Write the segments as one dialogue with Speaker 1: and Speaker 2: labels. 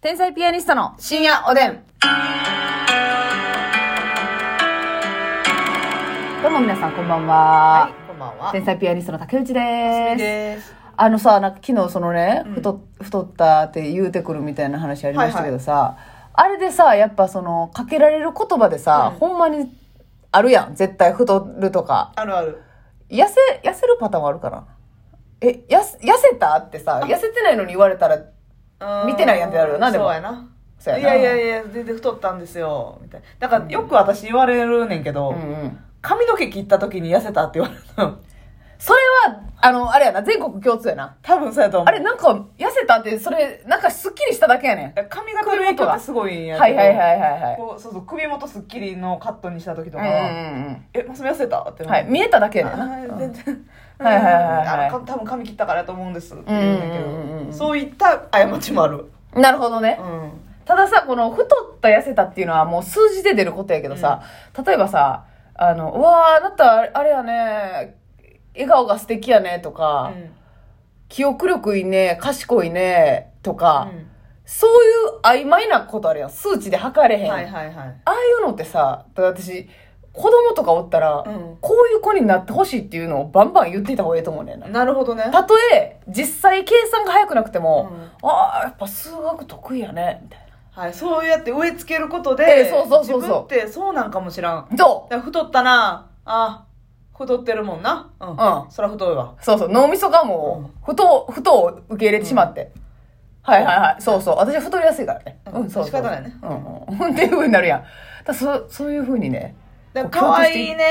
Speaker 1: 天才ピアニストの深夜おでん。どうも皆さん、こんばんは。
Speaker 2: はい、こんばんは。
Speaker 1: 天才ピアニストの竹内です。
Speaker 2: です。
Speaker 1: あのさ、なんか昨日そのね、
Speaker 2: うん
Speaker 1: 太っ太ったって言うてくるみたいな話ありましたけどさ、あれでさ、やっぱその、かけられる言葉でさ、
Speaker 2: うん
Speaker 1: ほんまにあるやん。絶対太るとか。
Speaker 2: あるある。
Speaker 1: 痩せ、痩せるパターンはあるかなえ、やせ、痩せたってさ、痩せてないのに言われたら、見てないやんってなるよなでも
Speaker 2: そうやな。
Speaker 1: そう
Speaker 2: い
Speaker 1: な
Speaker 2: やいやいや、全然太ったんですよ。みたいな。なんか、よく私言われるねんけど、
Speaker 1: うんうん。
Speaker 2: 髪の毛切った時に痩せたって言われる の。
Speaker 1: それは、あの、あれやな、全国共通やな。
Speaker 2: 多分そうやと思う。
Speaker 1: あれ、なんか、痩せたって、それ、なんか、すっきりしただけやね
Speaker 2: 髪型の影響ってすごいん
Speaker 1: ん。
Speaker 2: や。
Speaker 1: はいはいはいいはいはい。
Speaker 2: こう、そうそう、首元スッキリのカットにした時と
Speaker 1: うん
Speaker 2: か、
Speaker 1: うんうん
Speaker 2: え、マス痩せたって
Speaker 1: うん。
Speaker 2: な
Speaker 1: は
Speaker 2: る
Speaker 1: い、見えただけやねん
Speaker 2: あ
Speaker 1: な。
Speaker 2: 全然。
Speaker 1: はいはいはいはい
Speaker 2: あの多分髪切ったからやと思うんですって言うんだけ
Speaker 1: うんうんうんうん
Speaker 2: ど、そういった過ちもある。
Speaker 1: うんなるほどね
Speaker 2: う。ん。
Speaker 1: たださ、この、太った痩せたっていうのは、もう数字で出ることやけどさ、例えばさ、あの、うわー、あなた、あれやね、笑顔が素敵やね、とか、記憶力いいね、賢いね、と
Speaker 2: う
Speaker 1: か、
Speaker 2: ん
Speaker 1: そういう曖昧なことあるやん。数値で測れへん。
Speaker 2: はいはいはい。
Speaker 1: ああいうのってさ、だから私、子供とかおったら、
Speaker 2: うん
Speaker 1: こういう子になってほしいっていうのをバンバン言っていた方がいいと思うねんな。
Speaker 2: なるほどね。
Speaker 1: たとえ、実際計算が早くなくても、
Speaker 2: うん
Speaker 1: ああ、やっぱ数学得意やね、みたい
Speaker 2: はい、そうやって植え付けること
Speaker 1: え
Speaker 2: で、
Speaker 1: えそうそうそうそう
Speaker 2: 自分ってそうなんかもしらん。だか
Speaker 1: な。どう
Speaker 2: ら太ったな、あ、太ってるもんな。うん。
Speaker 1: うん
Speaker 2: そら太いわ。
Speaker 1: そうそう、脳みそがもう、ふと、ふとを受け入れてしまって。はいはいはい。そうそう。私は太りやすいからね。
Speaker 2: うん
Speaker 1: うん、そうそう。
Speaker 2: 仕方ないね
Speaker 1: うん、うん。っていう風になるやん。だからそそういう風にね。
Speaker 2: だから
Speaker 1: こう
Speaker 2: 可愛いね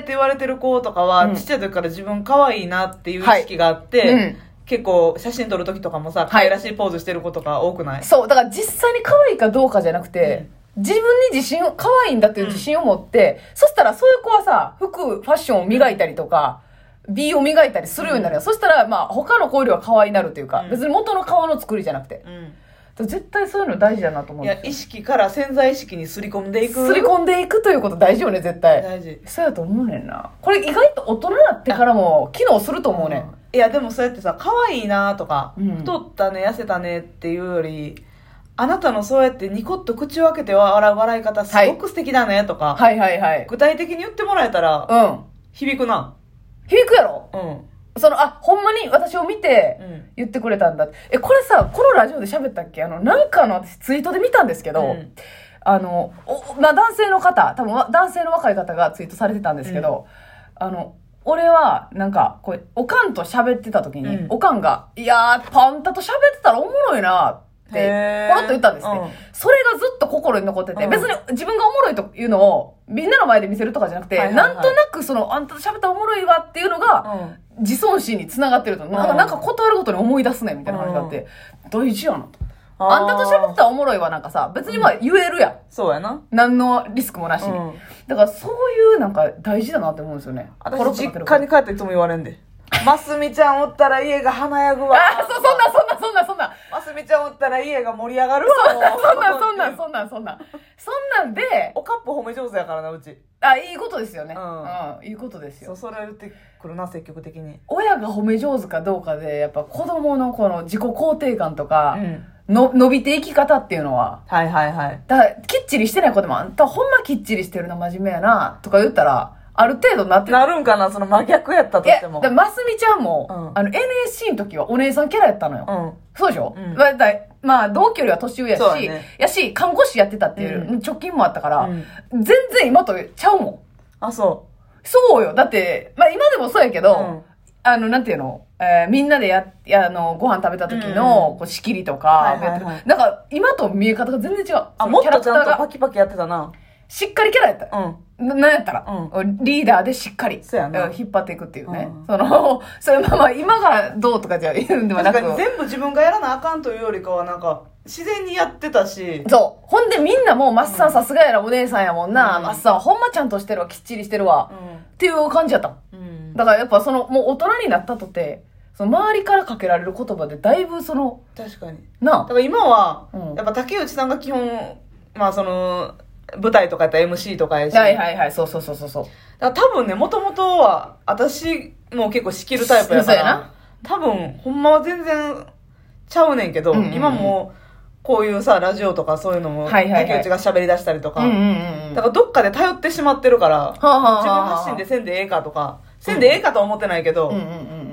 Speaker 2: って言われてる子とかは、
Speaker 1: うん
Speaker 2: ちっちゃい時から自分可愛いなっていう意識があって、
Speaker 1: はいうん
Speaker 2: 結構写真撮る時とかもさ、可愛らしいポーズしてる子とか多くない、
Speaker 1: そう、だから実際に可愛いかどうかじゃなくて、自分に自信を、可愛いんだという自信を持って、そしたらそういう子はさ、服、ファッションを磨いたりとか、美を磨いたりするようになるよ。そしたら、まあ、他の子よりは可愛いになるというか、
Speaker 2: うん
Speaker 1: 別に元の顔の作りじゃなくて。
Speaker 2: う
Speaker 1: 絶対そういうの大事だなと思
Speaker 2: ん。
Speaker 1: う
Speaker 2: い
Speaker 1: んで
Speaker 2: や、意識から潜在意識にすり込んでい
Speaker 1: す
Speaker 2: く。
Speaker 1: よ。すり込んでいくということ大事よね、絶対。
Speaker 2: 大事。
Speaker 1: そうやと思うねんな。これ意外と大人になってからも機能すると思うねん。
Speaker 2: いやでもそうやってさ可愛いなとか、
Speaker 1: うん
Speaker 2: 太ったね痩せたねっていうよりあなたのそうやってニコッと口を開けて笑う笑い方すごく素敵だねとか、
Speaker 1: はいはいはい。
Speaker 2: 具体的に言ってもらえたら
Speaker 1: うん。
Speaker 2: 響くな
Speaker 1: 響くやろ
Speaker 2: うん、
Speaker 1: その、あ、ほんまに私を見て、
Speaker 2: うん
Speaker 1: 言ってくれたんだってえこれさこのラジオで喋ったっけあのなんかの私ツイートで見たんですけど、
Speaker 2: うん
Speaker 1: あのお、まあ、男性の方多分わ男性の若い方がツイートされてたんですけど、あの俺はなんかこうおかんと喋ってた時に、
Speaker 2: うん
Speaker 1: おかんが「いやーパンタと喋ってたらおもろいな」って
Speaker 2: へ
Speaker 1: ポ
Speaker 2: ー
Speaker 1: ロッと言ったんですね、
Speaker 2: うん
Speaker 1: それがずっと心に残ってて、
Speaker 2: うん
Speaker 1: 別に自分がおもろいというのをみんなの前で見せるとかじゃなくて、
Speaker 2: はいはいはい
Speaker 1: なんとなくその「あんたと喋ったらおもろいわ」っていうのが、
Speaker 2: うん
Speaker 1: 自尊心につながってると、なんか、
Speaker 2: うん
Speaker 1: なんか断ることに思い出すね、みたいな話があって、大事やなと。
Speaker 2: ー
Speaker 1: あんたと喋ってたらおもろいわ、なんかさ、別にまあ言えるやん。
Speaker 2: そうやな、
Speaker 1: 何のリスクもなし
Speaker 2: う
Speaker 1: に。
Speaker 2: ん、
Speaker 1: だからそういうなんか大事だなって思うんですよね。コロッ
Speaker 2: 私
Speaker 1: とかけ
Speaker 2: 実
Speaker 1: る
Speaker 2: 家に帰っていつも言われんでますみちゃんおったら家が華やぐわ
Speaker 1: あ あ、そう、そんな、そんな、そんな、そん な。
Speaker 2: ますみちゃんおったら家が盛り上がるわ
Speaker 1: そんな、そん
Speaker 2: な
Speaker 1: な、そんな、そんな。そんなんで、
Speaker 2: おかっぽ褒め上手やからなうち
Speaker 1: あ、いいことですよね。う
Speaker 2: うんん。
Speaker 1: いいことです
Speaker 2: そ
Speaker 1: よ
Speaker 2: う。それ言ってくるな積極的に
Speaker 1: 親が褒め上手かどうかで、やっぱ子供のこの自己肯定感とか、
Speaker 2: ん
Speaker 1: の伸びていき方っていうのは、
Speaker 2: はいはいはい。
Speaker 1: だからきっちりしてない子でもあんたほんまきっちりしてるな真面目やなとか言ったらある程度なってる
Speaker 2: なるんかなその真逆やったと
Speaker 1: いや
Speaker 2: し
Speaker 1: だか
Speaker 2: ても。
Speaker 1: らますみちゃんも、
Speaker 2: うん
Speaker 1: あの NSC の時はお姉さんキャラやったのよ、
Speaker 2: う
Speaker 1: そうでしょ、
Speaker 2: うん
Speaker 1: まあだいまあ同居よりは年上やし
Speaker 2: そうだね
Speaker 1: やし看護師やってたっていう、
Speaker 2: う
Speaker 1: 直近もあったから、
Speaker 2: ん。
Speaker 1: 全然今とちゃうもん
Speaker 2: あ、そ
Speaker 1: そうよだってまあ今でもそうやけ
Speaker 2: う。
Speaker 1: ど、
Speaker 2: うん
Speaker 1: あの、なんていうの、えーみんなでや、やあの、ご飯食べた時
Speaker 2: うん
Speaker 1: の、こう、仕切りとか
Speaker 2: は、いはいはい
Speaker 1: なんか、今と見え方が全然違う。
Speaker 2: あ、
Speaker 1: その
Speaker 2: もっ
Speaker 1: キャラ
Speaker 2: と
Speaker 1: ク
Speaker 2: ち
Speaker 1: ター
Speaker 2: ゃんと
Speaker 1: が
Speaker 2: パ、キパキやってたな。
Speaker 1: しっかりキャラやった。
Speaker 2: うん。
Speaker 1: ななんやったら、リーダーでしっかり、
Speaker 2: そうやな
Speaker 1: うん引っ張っていくっていうね。
Speaker 2: うん
Speaker 1: その、 それまあまあ、今がどうとかじゃ言うんではな
Speaker 2: 確
Speaker 1: く
Speaker 2: かに全部自分がやらなあかんというよりかはなんか、自然にやってたし。
Speaker 1: そう。ほんでみんなもう、マッサンさすがやな、お姉さんやもんな、
Speaker 2: うん
Speaker 1: マッサンほんまちゃんとしてるわ、きっちりしてるわ、っていう感じやったの。
Speaker 2: うん。
Speaker 1: だからやっぱその、もう大人になったとて、その周りからかけられる言葉で、だいぶその、
Speaker 2: 確かに。だ
Speaker 1: な
Speaker 2: から今は
Speaker 1: うん、
Speaker 2: やっぱ竹内さんが基本、まあその、舞台とかやったら MC とかやし。
Speaker 1: あはいはいはい、そうそうそうそうそう。
Speaker 2: だから多分ね、もともとは、私も結構仕切るタイプやか
Speaker 1: そうや
Speaker 2: ら、多分、ほんまは全然ちゃうねんけど、
Speaker 1: うんうんうん
Speaker 2: 今もう、こういうさ、ラジオとかそういうのも、
Speaker 1: はいはいはい
Speaker 2: 竹内が喋り出したりとか、
Speaker 1: うんうんうんうん
Speaker 2: だからどっかで頼ってしまってるから、
Speaker 1: あはあはあ
Speaker 2: 自分発信でせんでええかとか、せんでええかとは思ってないけど、
Speaker 1: うんうんうん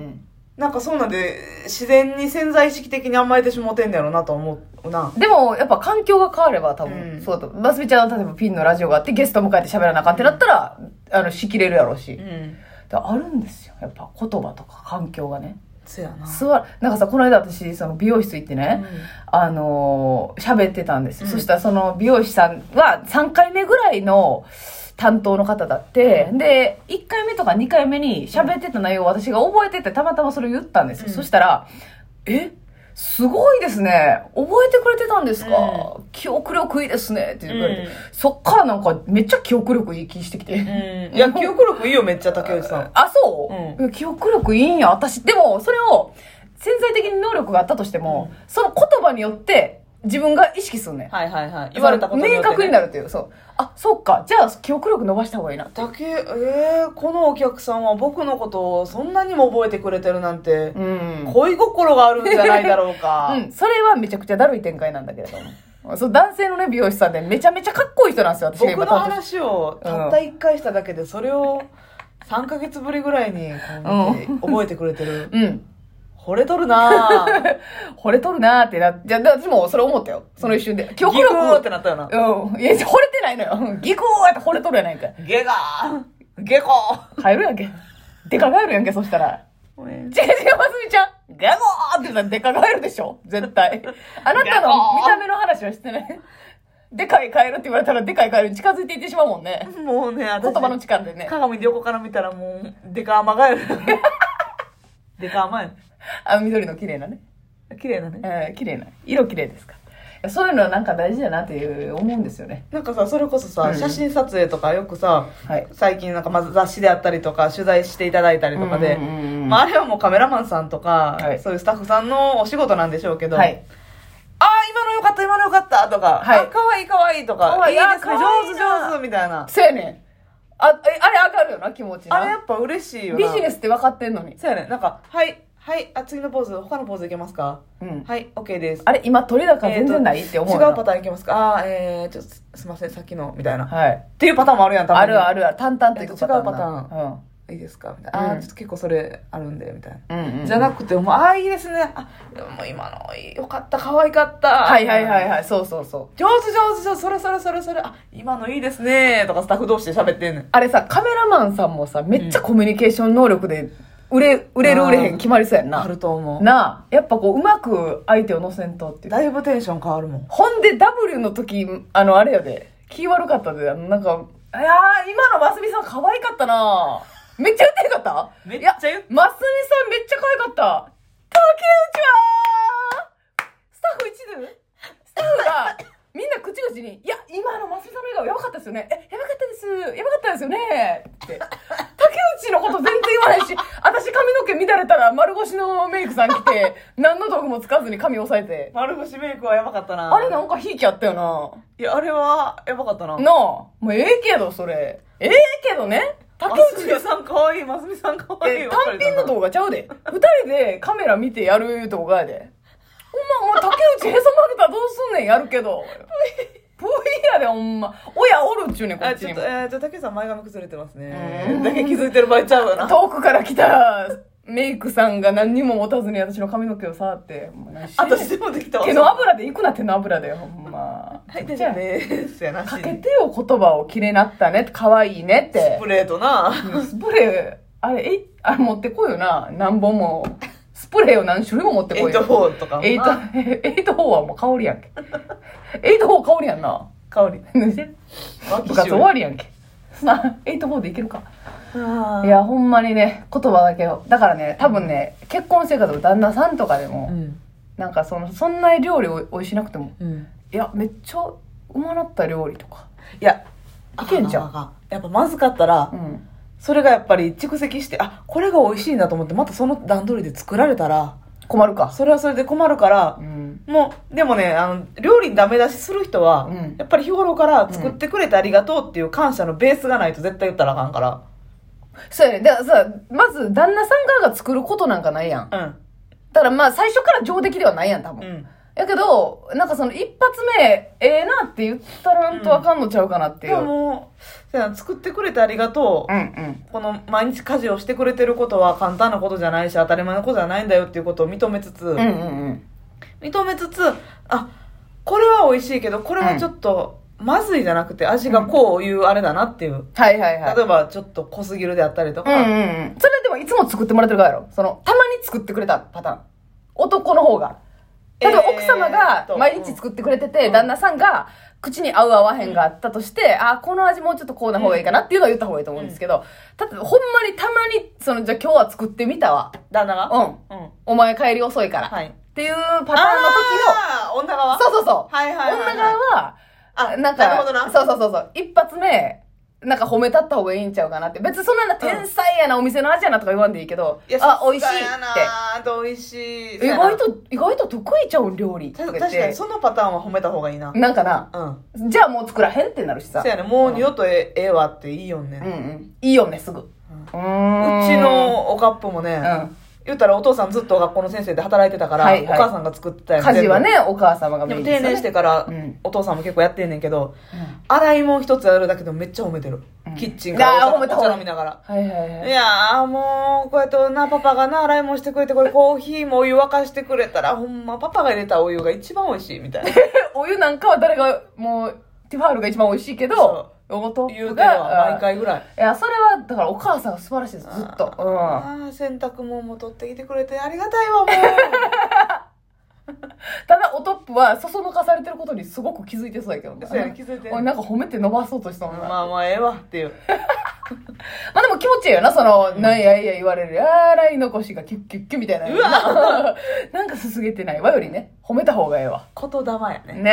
Speaker 2: なんかそうなんで、自然に潜在意識的に甘えてしもうてんだよなと思うな
Speaker 1: う。んでもやっぱ環境が変われば多分、
Speaker 2: うん
Speaker 1: そうだとますみちゃんは例えばピンのラジオがあってゲスト迎えて喋らなあかんってなったら、あのしきれるやろうし、
Speaker 2: うん。
Speaker 1: だからあるんですよやっぱ言葉とか環境がね
Speaker 2: そやな。
Speaker 1: 座なんかさこの間私その美容室行ってね、
Speaker 2: う
Speaker 1: あのー喋ってたんですよ、
Speaker 2: うん
Speaker 1: そしたらその美容師さんは3回目ぐらいの担当の方だって、
Speaker 2: うん
Speaker 1: で1回目とか2回目に喋ってた内容を私が覚えててたまたまそれを言ったんですよ、
Speaker 2: うん
Speaker 1: そしたら「えすごいですね覚えてくれてたんですか、記憶力いいですね」って言われて、
Speaker 2: うん
Speaker 1: そっからなんかめっちゃ記憶力いい気してきて。
Speaker 2: ん。いや、記憶力いいよ、めっちゃ竹内さん。
Speaker 1: あ、そう、
Speaker 2: う
Speaker 1: 記憶力いいんや、私。でも、それを潜在的に能力があったとしても、その言葉によって自分が意識すんねん。
Speaker 2: はいはいはい。言われたことによって、
Speaker 1: 明確になるっていう。そう。あ、そっか。じゃあ、記憶力伸ばした方がいいな。
Speaker 2: 竹、えー、このお客さんは僕のことをそんなにも覚えてくれてるなんて、
Speaker 1: うん。
Speaker 2: 恋心があるんじゃないだ ろうか。
Speaker 1: うん。それはめちゃくちゃだるい展開なんだけれども。そう、男性のね、美容師さんでめちゃめちゃかっこいい人なんですよ、私が
Speaker 2: 僕
Speaker 1: 今
Speaker 2: の
Speaker 1: 担当して
Speaker 2: 話をたった1回しただけで、それを3ヶ月ぶりぐらいにこう見て覚えてくれてる。
Speaker 1: うん。
Speaker 2: 惚れとる なぁ。
Speaker 1: 惚れとるなーってなって、じゃあ、私もそれ思ったよ。その一瞬で。記
Speaker 2: ギク
Speaker 1: 憶力
Speaker 2: ーってなったよな。
Speaker 1: うん。いや、惚れてないのよ。うんギクーやって惚れとるやないかい。
Speaker 2: ゲガーゲコ
Speaker 1: 帰るやんけ。でか帰るやんけ、そしたら。違う違う、
Speaker 2: ー
Speaker 1: ますみちゃん。ゲゴーって言ったらでか返るでしょ絶対。あなたの見た目の話はしてない。でかいカエルって言われたらでかいカエルに近づいていってしまうもんね。
Speaker 2: もうね、
Speaker 1: 言
Speaker 2: 私、
Speaker 1: 葉の力でね。
Speaker 2: 鏡で横から見たらもう、デカ甘が やる。デカ甘や。
Speaker 1: あの緑の綺麗なね。
Speaker 2: 綺麗だね。
Speaker 1: えー綺麗な。色綺麗ですか。いやそういうのはなんか大事だなっていう思うんですよね。
Speaker 2: なんかさ、それこそさ、
Speaker 1: うん
Speaker 2: 写真撮影とかよくさ、
Speaker 1: はい。
Speaker 2: 最近なんかまず雑誌であったりとか、取材していただいたりとかで、
Speaker 1: うんうんうんうん
Speaker 2: まああれはもうカメラマンさんとか、
Speaker 1: はい
Speaker 2: そういうスタッフさんのお仕事なんでしょうけど、
Speaker 1: はい。
Speaker 2: ああ、今のよかった、今のよかったとか、
Speaker 1: はい
Speaker 2: あ、かわいいかわいいとか、
Speaker 1: かわいい
Speaker 2: いい
Speaker 1: あ
Speaker 2: ですね、
Speaker 1: かわいい
Speaker 2: 上手
Speaker 1: な
Speaker 2: 上手みたいな。
Speaker 1: せやねん。あ、えあれ上がるよな、気持ちな。
Speaker 2: あれやっぱ嬉しいよ
Speaker 1: ビ
Speaker 2: な。
Speaker 1: ジネ
Speaker 2: ス。
Speaker 1: スって分かってんのに。
Speaker 2: そうやね。なんか、はい、はい、あ、次のポーズ、他のポーズいけますか
Speaker 1: うん。
Speaker 2: はい、OK です。
Speaker 1: あれ今取れ高全然ない、って思う
Speaker 2: 違う
Speaker 1: よな。
Speaker 2: パターンいけますかあーえー、ちょっとすすいません、さっきの、みたいな。っ
Speaker 1: はい。
Speaker 2: ていうパターンもあるやん、多分。
Speaker 1: あるあるある。淡々といくパターンな。
Speaker 2: 違うパタ
Speaker 1: うん。
Speaker 2: いいですかみたいな。あ
Speaker 1: う
Speaker 2: ー
Speaker 1: ん
Speaker 2: ちょっと結構それあるんで、みたいな。
Speaker 1: じ
Speaker 2: じ
Speaker 1: ゃ
Speaker 2: ゃ
Speaker 1: な
Speaker 2: な
Speaker 1: く
Speaker 2: くて、もう、ああ、いいですね。あ、でも今の、よかった、可愛かった。
Speaker 1: はいはいはいはい、そうそうそう。
Speaker 2: 上手上手上手、それそれそれそれ、あ、今のいいですね。とかスタッフ同士で喋ってんねん。
Speaker 1: あれさ、カメラマンさんもさ、めっちゃコミュニケーション能力で、売れ、売れる
Speaker 2: うん
Speaker 1: 売れへん決まりそうやん
Speaker 2: あ
Speaker 1: な。
Speaker 2: ると思う。
Speaker 1: なあ、やっぱこう、うまく相手を乗せんとっていう。
Speaker 2: だいぶテンション変わるもん。
Speaker 1: ほんで W の時、あの、あれやで、気悪かったで、あのなんか、いやー、今のますみさん可愛かったなめっちゃ言ってなかった
Speaker 2: めっ
Speaker 1: いや
Speaker 2: ちゃ言う
Speaker 1: ますみさんめっちゃ可愛かった竹内はスタッフ一同スタッフがみんな口々に「いや今のますみさんの笑顔やばかったですよねえやばかったですやばかったですよね」って竹内のこと全然言わないし私髪の毛乱れたら丸腰のメイクさん来て何の道具も使わずに髪押さえて
Speaker 2: 丸腰メイクはやばかったな。
Speaker 1: あれなんかひいきあったよない
Speaker 2: や、あれは、やばかったな。
Speaker 1: なあもうええけどそれええけどね竹内
Speaker 2: ますみさん可愛い、ますみさん可愛い
Speaker 1: え。単品の動
Speaker 2: 画。
Speaker 1: 画ちゃうで二人でカメラ見てやる動画やでほんまもう竹内へそ曲げたらどうすんねんやるけどプイやでほんま親おるっちゅうねんこ
Speaker 2: あ、
Speaker 1: っち
Speaker 2: ちょ
Speaker 1: に
Speaker 2: っと、
Speaker 1: も
Speaker 2: えー、じゃあ、竹内さん前髪崩れてます
Speaker 1: う
Speaker 2: ね
Speaker 1: ん。
Speaker 2: だけ気づいてる場合ちゃうよ な。
Speaker 1: 遠くから来たメイクさんが何にも持たずに私の髪の毛を触ってもう何してんねん
Speaker 2: 私でもできたわ。
Speaker 1: 手の油でいくな手の油でほんま
Speaker 2: はい、
Speaker 1: じゃ
Speaker 2: 大丈
Speaker 1: あ
Speaker 2: 夫です。 やなし
Speaker 1: か
Speaker 2: に。
Speaker 1: けてよ言葉を綺麗なったね可愛いねっ
Speaker 2: ス
Speaker 1: て
Speaker 2: プレーとな。
Speaker 1: スプレーあれえいあれ持ってこいよな何本もスプレーを何種類も持ってこいよ
Speaker 2: 8-4とかもな。
Speaker 1: エイト、エイトフォーはもう香りやんけ。エイトフォー香りやん な。
Speaker 2: 香り。
Speaker 1: 何してる
Speaker 2: 脇
Speaker 1: 部活終わりやんけ。な、エイトフォーでいけるか。
Speaker 2: あー
Speaker 1: いや、ほんまにね、言葉だけを。だからね、多分ね、結婚生活の旦那さんとかでも、
Speaker 2: うん。
Speaker 1: なんかその、そんな料理をおいしなくても、
Speaker 2: うん。
Speaker 1: いや、めっちゃうまなった料理とか。
Speaker 2: いや、
Speaker 1: いけんじゃん
Speaker 2: あかあかやっぱまずかったら
Speaker 1: う、ん。
Speaker 2: それがやっぱり蓄積して、あ、これが美味しいなと思って、またその段取りで作られたら、
Speaker 1: 困るか。
Speaker 2: それはそれで困るから
Speaker 1: う、ん。
Speaker 2: もう、でもね、あの、料理にダメ出しする人は、
Speaker 1: うん
Speaker 2: やっぱり日頃から作ってくれてありがとうっていう感謝のベースがないと絶対言ったらあかんか
Speaker 1: そうやね。だからさ、まず旦那さん側が作ることなんかないやん。
Speaker 2: ら。
Speaker 1: だからまあ、最初から上出来ではないやん、多
Speaker 2: う
Speaker 1: 分。
Speaker 2: ん。うん。
Speaker 1: えやけど、なんかその一発目、ええなって言ったらんとあかんのちゃうかなってい
Speaker 2: で
Speaker 1: う。
Speaker 2: も
Speaker 1: うん、
Speaker 2: もうせやな作ってくれてありがとう、
Speaker 1: うん。
Speaker 2: この毎日家事をしてくれてることは簡単なことじゃないし当たり前のことじゃないんだよっていうことを認めつつ、
Speaker 1: うんうんうん。
Speaker 2: 認めつつあこれは美味しいけどこれはちょっとまずいじゃなくて味がこういうあれだなっていう、
Speaker 1: はいはいはい。
Speaker 2: 例えばちょっと濃すぎるであったりと
Speaker 1: うんうん
Speaker 2: か、
Speaker 1: うん。それでもいつも作ってもらってるからやろ。その、たまに作ってくれたパターン。男の方が。例えば
Speaker 2: えー
Speaker 1: 奥様が
Speaker 2: と
Speaker 1: 毎日作ってくれてて、
Speaker 2: うん
Speaker 1: 旦那さんが口に合う合わへんがあったとして、あーこの味もうちょっとこうな方がいいかなっていうのは言った方がいいと思うんですけど、ただほんまにたまに、その、じゃあ今日は作ってみたわ。
Speaker 2: 旦那
Speaker 1: う
Speaker 2: が
Speaker 1: ん。
Speaker 2: うん、
Speaker 1: お前帰り遅いから。
Speaker 2: はい
Speaker 1: っていうパターンの時
Speaker 2: あー女側
Speaker 1: の、そうそうそう。
Speaker 2: はいはいはいは
Speaker 1: 女
Speaker 2: い
Speaker 1: 側は、
Speaker 2: あ
Speaker 1: なんか、
Speaker 2: なるほどな
Speaker 1: そうそうそうそう。一発目、なんか褒めたった方がいいんちゃうかなって。別にそんなな天才やな、お店の味やなとか言わんでいいけど、あ、美味しいっ
Speaker 2: って美味しい
Speaker 1: て。意外と、意外と得意ちゃうん、料理って
Speaker 2: た
Speaker 1: 言って。
Speaker 2: 確かにそのパターンは褒めた方がいいな
Speaker 1: なんかな、
Speaker 2: うん
Speaker 1: じゃあもう作らへんってなるしさ
Speaker 2: そ。やねもう二度とえええわっていいよ
Speaker 1: うんう
Speaker 2: ね、
Speaker 1: ん。いいよね、すぐ。うー
Speaker 2: う
Speaker 1: ん
Speaker 2: ち、のおかっぽもね、
Speaker 1: うん。
Speaker 2: 言ったらお父さんずっと学校の先生で働いてたから、
Speaker 1: はいはい
Speaker 2: お母さんが作ってたやん
Speaker 1: 家事は
Speaker 2: 全
Speaker 1: ね、お母様が
Speaker 2: 部
Speaker 1: メ
Speaker 2: で
Speaker 1: イ
Speaker 2: も
Speaker 1: ンです
Speaker 2: 定
Speaker 1: よね
Speaker 2: 年してから、
Speaker 1: うん
Speaker 2: お父さんも結構やってんねんけど、洗い物一つやるだけでもめっちゃ褒めてる、
Speaker 1: うん
Speaker 2: キッチンから
Speaker 1: あー
Speaker 2: お
Speaker 1: 褒め
Speaker 2: 茶
Speaker 1: た
Speaker 2: お
Speaker 1: 方が
Speaker 2: 茶飲みながら
Speaker 1: はいはいはい
Speaker 2: い。やーもう、こうやってな、パパがな、洗い物してくれて、これコーヒーもお湯沸かしてくれたら、ほんま、パパが入れたお湯が一番美味しい、みたいな。
Speaker 1: お湯なんかは誰が、もう、ティファールが一番美味しいけど、おと
Speaker 2: 言うては、毎
Speaker 1: い
Speaker 2: 回ぐらい。
Speaker 1: や、それは、だからお母さんは素晴らしいです、ずっと。うん。
Speaker 2: ああ、洗濯物も取ってきてくれて、ありがた いわ、もう。
Speaker 1: ただ、おトップは、そそのかされてることにすごく気づいてそうやけどね。
Speaker 2: そうやね気づいてる
Speaker 1: おなんか褒めて伸ばそうとしたもんな。まあ、
Speaker 2: まあまあ、ええわ、っていう。
Speaker 1: でも気持ちいいよな、その、なんやいや言われる、あー洗い残しがキュッキュッ キュッみたいな。
Speaker 2: うわ
Speaker 1: なんかすすげてないわよりね、褒めた方がええわ。
Speaker 2: 言霊やね。
Speaker 1: ね。